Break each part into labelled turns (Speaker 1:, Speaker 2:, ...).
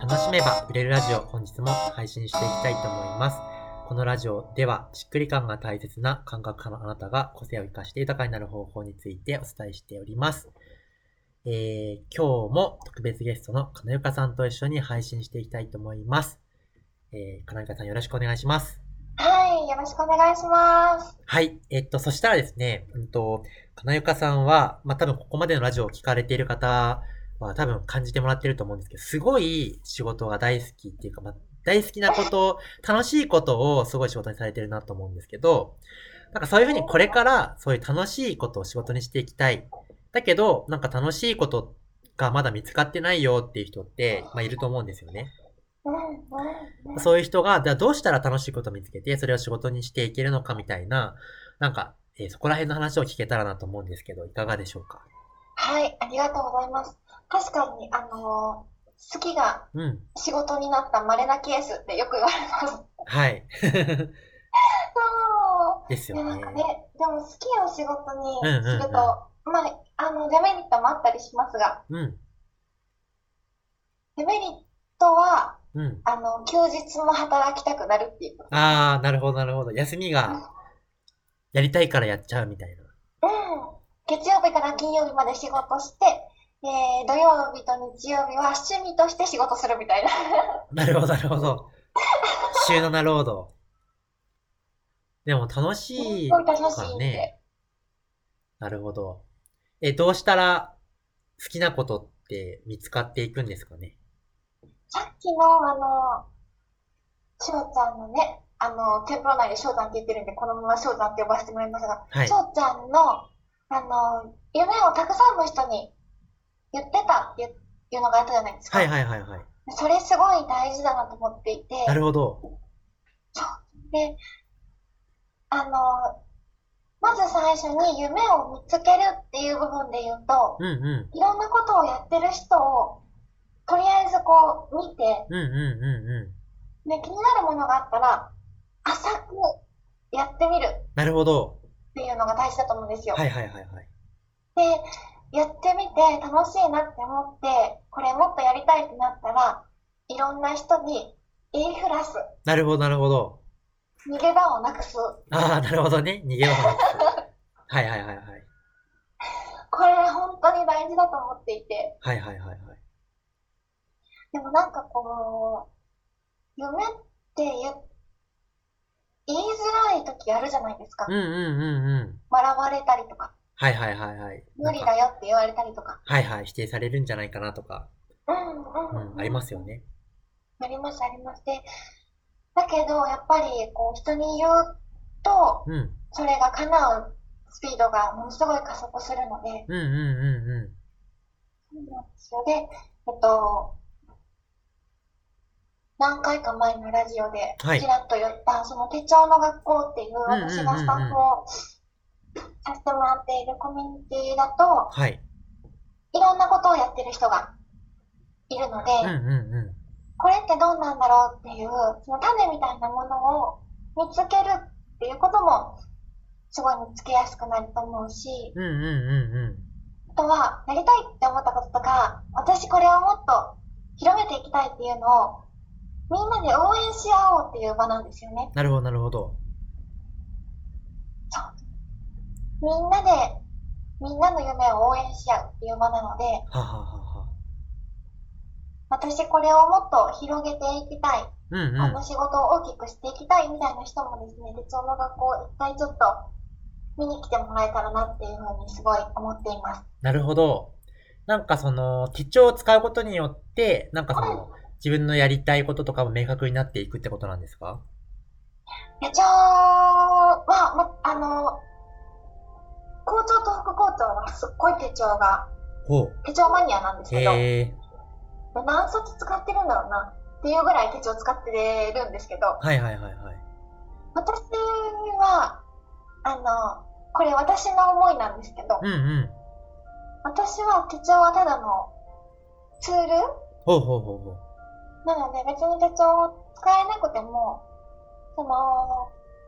Speaker 1: 楽しめば売れるラジオ本日も配信していきたいと思います。このラジオではしっくり感が大切な感覚家のあなたが個性を生かして豊かになる方法についてお伝えしております。えー、今日も特別ゲストの金岡さんと一緒に配信していきたいと思います。えー、金岡さんよろしくお願いします。
Speaker 2: はい、よろしくお願いします。
Speaker 1: はい。えっと、そしたらですね、うんと、金岡さんは、まあ、多分ここまでのラジオを聞かれている方は多分感じてもらってると思うんですけど、すごい仕事が大好きっていうか、まあ、大好きなこと、楽しいことをすごい仕事にされてるなと思うんですけど、なんかそういうふうにこれからそういう楽しいことを仕事にしていきたい。だけど、なんか楽しいことがまだ見つかってないよっていう人って、まあ、いると思うんですよね。
Speaker 2: うんうんうん
Speaker 1: そういう人が、じゃあどうしたら楽しいことを見つけて、それを仕事にしていけるのかみたいな、なんか、えーそこら辺の話を聞けたらなと思うんですけど、いかがでしょうか
Speaker 2: はい、ありがとうございます。確かに、あのー好きが
Speaker 1: うん。
Speaker 2: 仕事になった稀なケースってよく言われます。そ
Speaker 1: はい。
Speaker 2: う。
Speaker 1: です
Speaker 2: いや
Speaker 1: よ
Speaker 2: なん
Speaker 1: ね
Speaker 2: か。ね、でも好きを仕事
Speaker 1: うんうん
Speaker 2: にすると、まあ、あの、デメリットもあったりしますが、
Speaker 1: うん。
Speaker 2: デメリットは、
Speaker 1: うん。
Speaker 2: あの、休日も働きたくなるっていうこと。
Speaker 1: あー、なるほど、なるほど。休みが、やりたいからやっちゃうみたいな。
Speaker 2: うん。月曜日から金曜日まで仕事して、えー土曜日と日曜日は趣味として仕事するみたいな。
Speaker 1: なるほど、なるほど。週7労働。でも楽しい
Speaker 2: 本当に
Speaker 1: か
Speaker 2: 楽しい
Speaker 1: ら
Speaker 2: ん
Speaker 1: ね
Speaker 2: で。
Speaker 1: なるほど。え、どうしたら好きなことって見つかっていくんですかね
Speaker 2: さっきの、あの、翔ちゃんのね、あの、テープ内で翔ちゃんって言ってるんで、このまま翔ちゃんって呼ばせてもらいますが、
Speaker 1: はい。
Speaker 2: 翔ちゃんの、あの、夢をたくさんの人に言ってたっていういうのがあったじゃないですか。
Speaker 1: はいはいはいはい。
Speaker 2: それすごい大事だなと思っていて、
Speaker 1: なるほど。
Speaker 2: で、あの、まず最初に夢を見つけるっていう部分で言うと、
Speaker 1: うんう
Speaker 2: いろんなことをやってる人を、とりあえずこう見て、
Speaker 1: ん。うんうんうんう
Speaker 2: で、気になるものがあったら、浅くやってみる
Speaker 1: ん。なるほど。
Speaker 2: っていうのが大事だと思うんですよ。
Speaker 1: はいはいはいはい。
Speaker 2: で、やってみて楽しいなって思って、これもっとやりたいってなったら、いろんな人に言いふらす。
Speaker 1: なるほどなるほど。
Speaker 2: 逃げ場をなくす。
Speaker 1: ああ、なるほどね。逃げ場なくす。はいはいはいはい。
Speaker 2: これ本当に大事だと思っていて。
Speaker 1: はいはいはいはい。
Speaker 2: でもなんかこう、夢って言う言いづらい時あるじゃないですか
Speaker 1: うん。うんうんうん。
Speaker 2: 笑われたりとか、
Speaker 1: はいはいはいはい。
Speaker 2: 無理
Speaker 1: なんか
Speaker 2: だよって言われたりとか。
Speaker 1: はいはい。否定されるんじゃないかなとか。
Speaker 2: うん
Speaker 1: う
Speaker 2: うん。
Speaker 1: ん。ありますよね。
Speaker 2: ありますあります。で、だけど、やっぱり、こう、人に言うと、
Speaker 1: うん。
Speaker 2: それが叶うスピードがものすごい加速するので、
Speaker 1: うんうんうんう
Speaker 2: そうなんですよ。で、えっと、何回か前のラジオで、
Speaker 1: はい
Speaker 2: ちらっと言った、その手帳の学校っていうん
Speaker 1: うんうんうん
Speaker 2: 私がスタッフをさせてもらっているコミュニティだと
Speaker 1: ん。、はい。
Speaker 2: いろんなことをやってる人がいるので、
Speaker 1: うんうんう
Speaker 2: これってどうなんだろうっていう、その種みたいなものを見つけるっていうことも、すごい見つけやすくなると思うし
Speaker 1: ん。、うんうんうんうん。
Speaker 2: あとは、なりたいって思ったこととか、私これをもっと広めていきたいっていうのを、みんなで応援し合おうっていう場なんですよね。
Speaker 1: なるほどなるほど。
Speaker 2: みんなで、みんなの夢を応援し合うっていう場なので、
Speaker 1: はははは。
Speaker 2: 私これをもっと広げていきたい。
Speaker 1: うんうん。
Speaker 2: この仕事を大きくしていきたいみたいな人もですね、鉄道の学校一回ちょっと見に来てもらえたらなっていうふうにすごい思っています。
Speaker 1: なるほど。なんかその手帳を使うことによって、なんかその自分のやりたいこととかも明確になっていくってことなんですか
Speaker 2: 手帳は、ま、あの、校長と副校長はすっごい手帳が、
Speaker 1: ほ
Speaker 2: 手帳マニアなんです
Speaker 1: う。
Speaker 2: けど、
Speaker 1: へえ。
Speaker 2: 何冊使ってるんだろうなっていうぐらい手帳使ってるんですけど、
Speaker 1: はいはいはいはい。
Speaker 2: 私は、あの、これ私の思いなんですけど、
Speaker 1: うんうん。
Speaker 2: 私は手帳はただのツール
Speaker 1: ほうほうほうほう。
Speaker 2: なので別に手帳を使えなくても、その、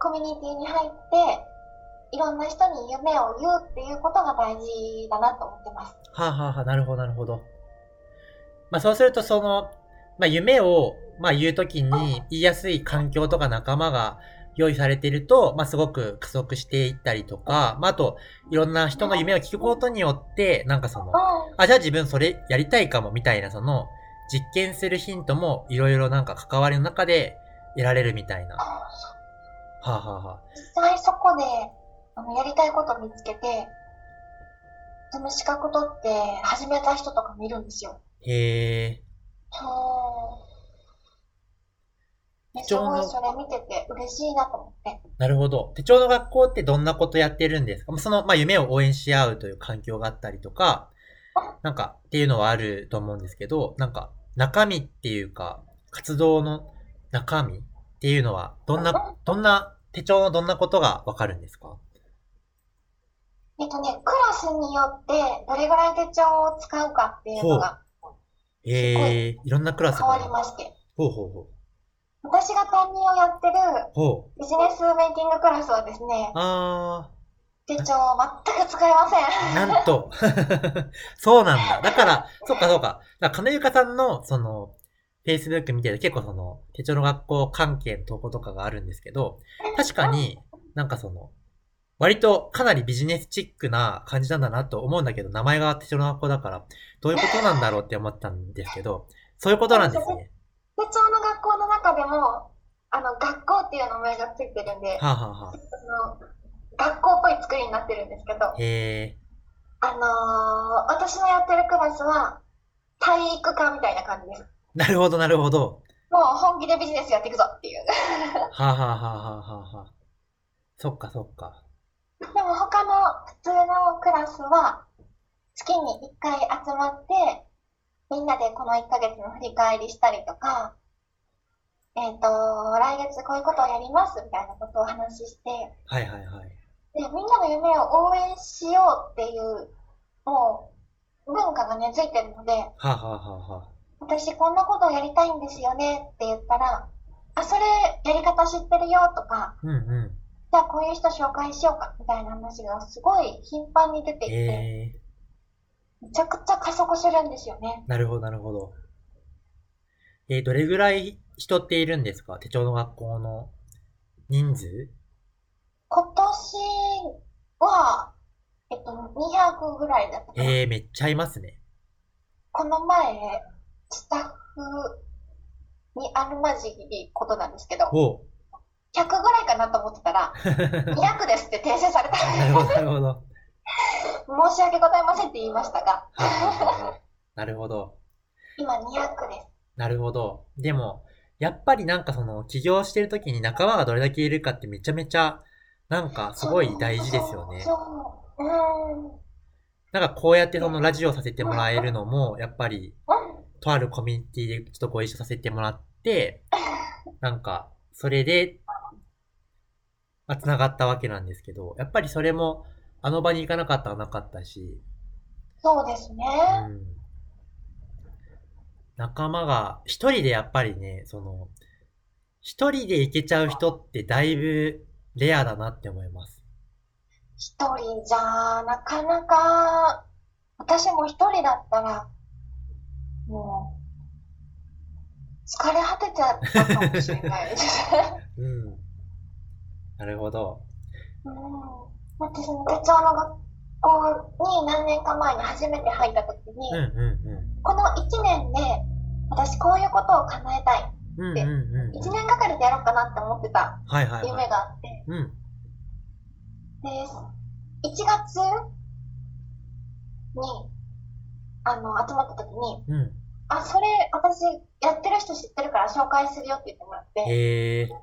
Speaker 2: コミュニティに入って、いろんな人に夢を言うっていうことが大事だなと思ってます。
Speaker 1: はあ、はあはあ、なるほどなるほど。まあそうするとその、まあ、夢を、まあ、言うときに、言いやすい環境とか仲間が用意されていると、まあ、すごく加速していったりとか、まあ、あと、いろんな人の夢を聞くことによって、なんかその、
Speaker 2: う
Speaker 1: あ、じゃあ自分それやりたいかもみたいな、その、実験するヒントもいろいろなんか関わりの中で得られるみたいな。は
Speaker 2: ん。
Speaker 1: あ、はあは
Speaker 2: 実際そこであのやりたいこと見つけてその資格取って始めた人とかもいるんですよ。
Speaker 1: あ、へえ、
Speaker 2: そうね
Speaker 1: 貴
Speaker 2: す
Speaker 1: 重
Speaker 2: ご
Speaker 1: ない
Speaker 2: それ見てて嬉しいなと思って。
Speaker 1: なるほど。手帳の学校ってどんなことやってるんですかその、まあ、夢を応援し合うという環境があったりとか、なんかっていうのはあると思うんですけど、なんか中身っていうか、活動の中身っていうのは、どんな、どんな、手帳のどんなことがわかるんですか
Speaker 2: えっとね、クラスによってどれぐらい手帳を使うかっていうのが
Speaker 1: へえ、いろんなクラス
Speaker 2: 変
Speaker 1: があ
Speaker 2: わ
Speaker 1: る
Speaker 2: り。まして、
Speaker 1: ほうほうほう。
Speaker 2: 私が担任をやってる
Speaker 1: ほう。
Speaker 2: ビジネスメイキングクラスはですね、
Speaker 1: あ
Speaker 2: 手帳を全く使いませ
Speaker 1: ー、
Speaker 2: ん。
Speaker 1: なんと。 そうなんだ。だから、そっかそっか。だから、金ゆかさんの、その、Facebook 見てて結構その、手帳の学校関係の投稿とかがあるんですけど、確かになんかその、割とかなりビジネスチックな感じなんだなと思うんだけど、名前が手帳の学校だから、どういうことなんだろうって思ったんですけど、そういうことなんですね。
Speaker 2: 手帳の学校の中でも、あの、学校っていう名前がついてるんで、
Speaker 1: はあ、はあは
Speaker 2: その学校っぽい作りになってるんですけど
Speaker 1: あ、、へえ、
Speaker 2: あのー私のやってるクラスは体育科みたいな感じです。
Speaker 1: なるほどなるほど。
Speaker 2: もう本気でビジネスやっていくぞっていう。
Speaker 1: はあ、はあはあはあはあはあ。そっかそっか。
Speaker 2: でも他の普通のクラスは月に1回集まってみんなでこの1ヶ月の振り返りしたりとか、えっ、と、来月こういうことをやりますみたいなことをお話しして、
Speaker 1: はいはいはい。
Speaker 2: で、みんなの夢を応援しようっていう、もう、文化が根付いてるので、
Speaker 1: はあ、はあはあはあ、
Speaker 2: 私こんなことをやりたいんですよねって言ったら、あ、それやり方知ってるよとか、
Speaker 1: うんう
Speaker 2: じゃあこういう人紹介しようかみたいな話がすごい頻繁に出て
Speaker 1: ん。
Speaker 2: いて、
Speaker 1: ええ
Speaker 2: めちゃくちゃ加速するんですよね。
Speaker 1: なるほどなるほど。えー、どれぐらい人っているんですか手帳の学校の人数
Speaker 2: 今年は、えっと、200ぐらいだったかな。
Speaker 1: ええめっちゃいますね。
Speaker 2: この前、スタッフにあるまじいことなんですけど、
Speaker 1: おう
Speaker 2: 100ぐらいかなと思ってたら、
Speaker 1: な
Speaker 2: 200ですって訂正さ れた。
Speaker 1: るほどなるほど。は
Speaker 2: 申し訳ございませんって言いましたが、
Speaker 1: あはあはあなるほど。
Speaker 2: 今200です。
Speaker 1: なるほど。でも、やっぱりなんかその、起業してる時に仲間がどれだけいるかってめちゃめちゃ、なんかすごい大事ですよね。
Speaker 2: そう。うーん。うん。
Speaker 1: なんかこうやってそのラジオさせてもらえるのも、やっぱりとあるコミュニティでちょっとご一緒させてもらって、なんか、それで、まあ、繋がったわけなんですけど、やっぱりそれも、あの場に行かなかったらなかったし、
Speaker 2: そうですね。
Speaker 1: うん。仲間が、一人でやっぱりね、その、一人で行けちゃう人ってだいぶレアだなって思います。
Speaker 2: 一人じゃ、なかなか、私も一人だったら、もう、疲れ果てちゃったかもしれないです。
Speaker 1: うん。なるほど。
Speaker 2: うん。だってその手帳の学校に何年か前に初めて入った時に、
Speaker 1: うんう
Speaker 2: この1年で、私こういうことを叶えたい。
Speaker 1: んうん。うんうんう
Speaker 2: 1
Speaker 1: ん。
Speaker 2: 年がかりでやろうかなって思ってた
Speaker 1: はいはいは
Speaker 2: 夢
Speaker 1: い。
Speaker 2: があって、
Speaker 1: うん。
Speaker 2: で、1月に、あの、集まった時に、
Speaker 1: うん。
Speaker 2: あ、それ、私、やってる人知ってるから紹介するよって言ってもらって、
Speaker 1: へえ。
Speaker 2: ちょ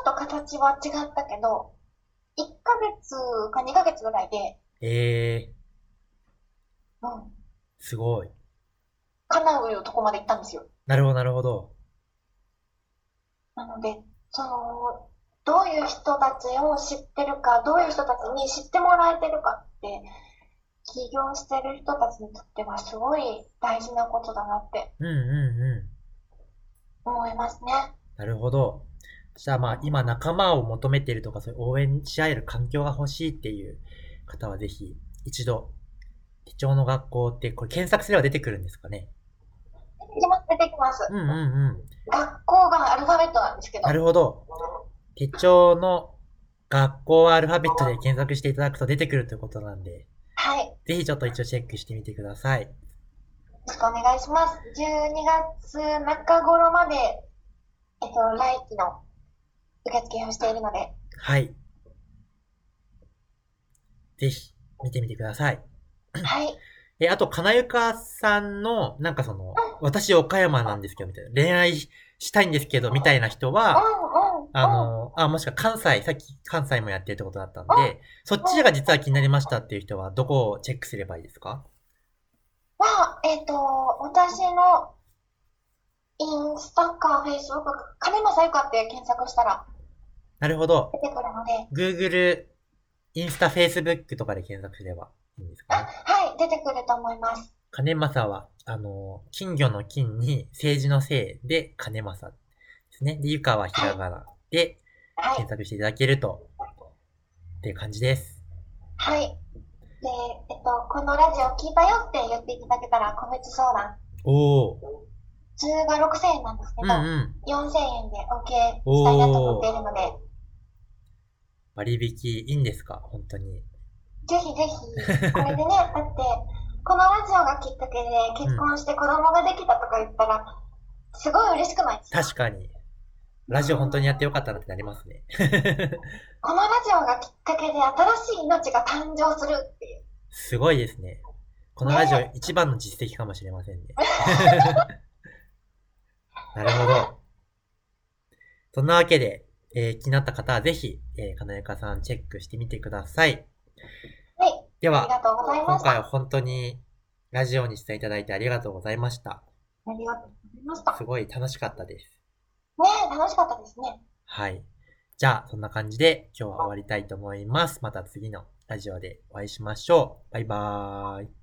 Speaker 2: っと形は違ったけど、1ヶ月か2ヶ月ぐらいで、
Speaker 1: ええ。
Speaker 2: うん、
Speaker 1: すごい。
Speaker 2: 叶うとこまで行ったんですよ。
Speaker 1: なるほど、なるほど。
Speaker 2: なので、その、どういう人たちを知ってるか、どういう人たちに知ってもらえてるかって、起業してる人たちにとってはすごい大事なことだなって
Speaker 1: うんうんうん。
Speaker 2: 思いますね。
Speaker 1: なるほど。じゃあまあ、今仲間を求めてるとか、そういう応援し合える環境が欲しいっていう方はぜひ、一度、手帳の学校って、これ検索すれば出てくるんですかね。
Speaker 2: 出てきます、出てきます。
Speaker 1: うんうんうん。
Speaker 2: 学校がアルファベットなんですけど。
Speaker 1: なるほど。手帳の学校はアルファベットで検索していただくと出てくるということなんで、
Speaker 2: はい。よ
Speaker 1: ぜひちょっと一応チェックしてみてください。
Speaker 2: ろしくお願いします。12月中頃まで、えっと、来期の受付をしている ので、
Speaker 1: はい。ぜひ見てみてください。
Speaker 2: はい。
Speaker 1: え、あと、かなゆかさんの、なんかその、私岡山なんですけど、みたいな、恋愛したいんですけど、みたいな人は、
Speaker 2: うんうん。
Speaker 1: あの、あ、もしくは関西、さっき関西もやってるってことだったんで、そっちが実は気になりましたっていう人は、どこをチェックすればいいですか
Speaker 2: は、えっ、と、私のインスタかフェイスブック、金正ゆかって検索したら
Speaker 1: なるほど。
Speaker 2: 出てくるので、
Speaker 1: Google、インスタ、Facebook とかで検索すればいいんです
Speaker 2: あ、
Speaker 1: かね。
Speaker 2: はい、出てくると思います。
Speaker 1: 金正は、あの、金魚の金に政治のせいで金正ですね。で、ゆかはひらがなで
Speaker 2: はい
Speaker 1: 検、索していただけると、っていう感じです。
Speaker 2: はい。で、えっと、このラジオ聞いたよって言っていただけたら、個別相談、
Speaker 1: おー。
Speaker 2: 普通が6000円なんですけ
Speaker 1: う
Speaker 2: ど、
Speaker 1: んうん。
Speaker 2: 4000円で OK したいなと思っているので、
Speaker 1: 割引いいんですか本当に。
Speaker 2: ぜひぜひ、これでね、 だって、このラジオがきっかけで結婚して子供ができたとか言ったら、すごい嬉しくないですか
Speaker 1: 確かに。ラジオ本当にやってよかったなってなりますね。
Speaker 2: このラジオがきっかけで新しい命が誕生するっていう。
Speaker 1: すごいですね。このラジオ一番の実績かもしれませんね。なるほど。そんなわけで、えー気になった方はぜひ、えー、かなゆかさんチェックしてみてください。
Speaker 2: はい、
Speaker 1: で
Speaker 2: ありが
Speaker 1: は、
Speaker 2: とうございま
Speaker 1: 今
Speaker 2: した。
Speaker 1: 回は本当にラジオに出演いただいてありがとうございました。
Speaker 2: ありがとうございました。
Speaker 1: す
Speaker 2: ね
Speaker 1: ごい楽しかったです。
Speaker 2: え、楽しかったですね。
Speaker 1: はい。じゃあ、そんな感じで今日は終わりたいと思います。また次のラジオでお会いしましょう。バイバーイ。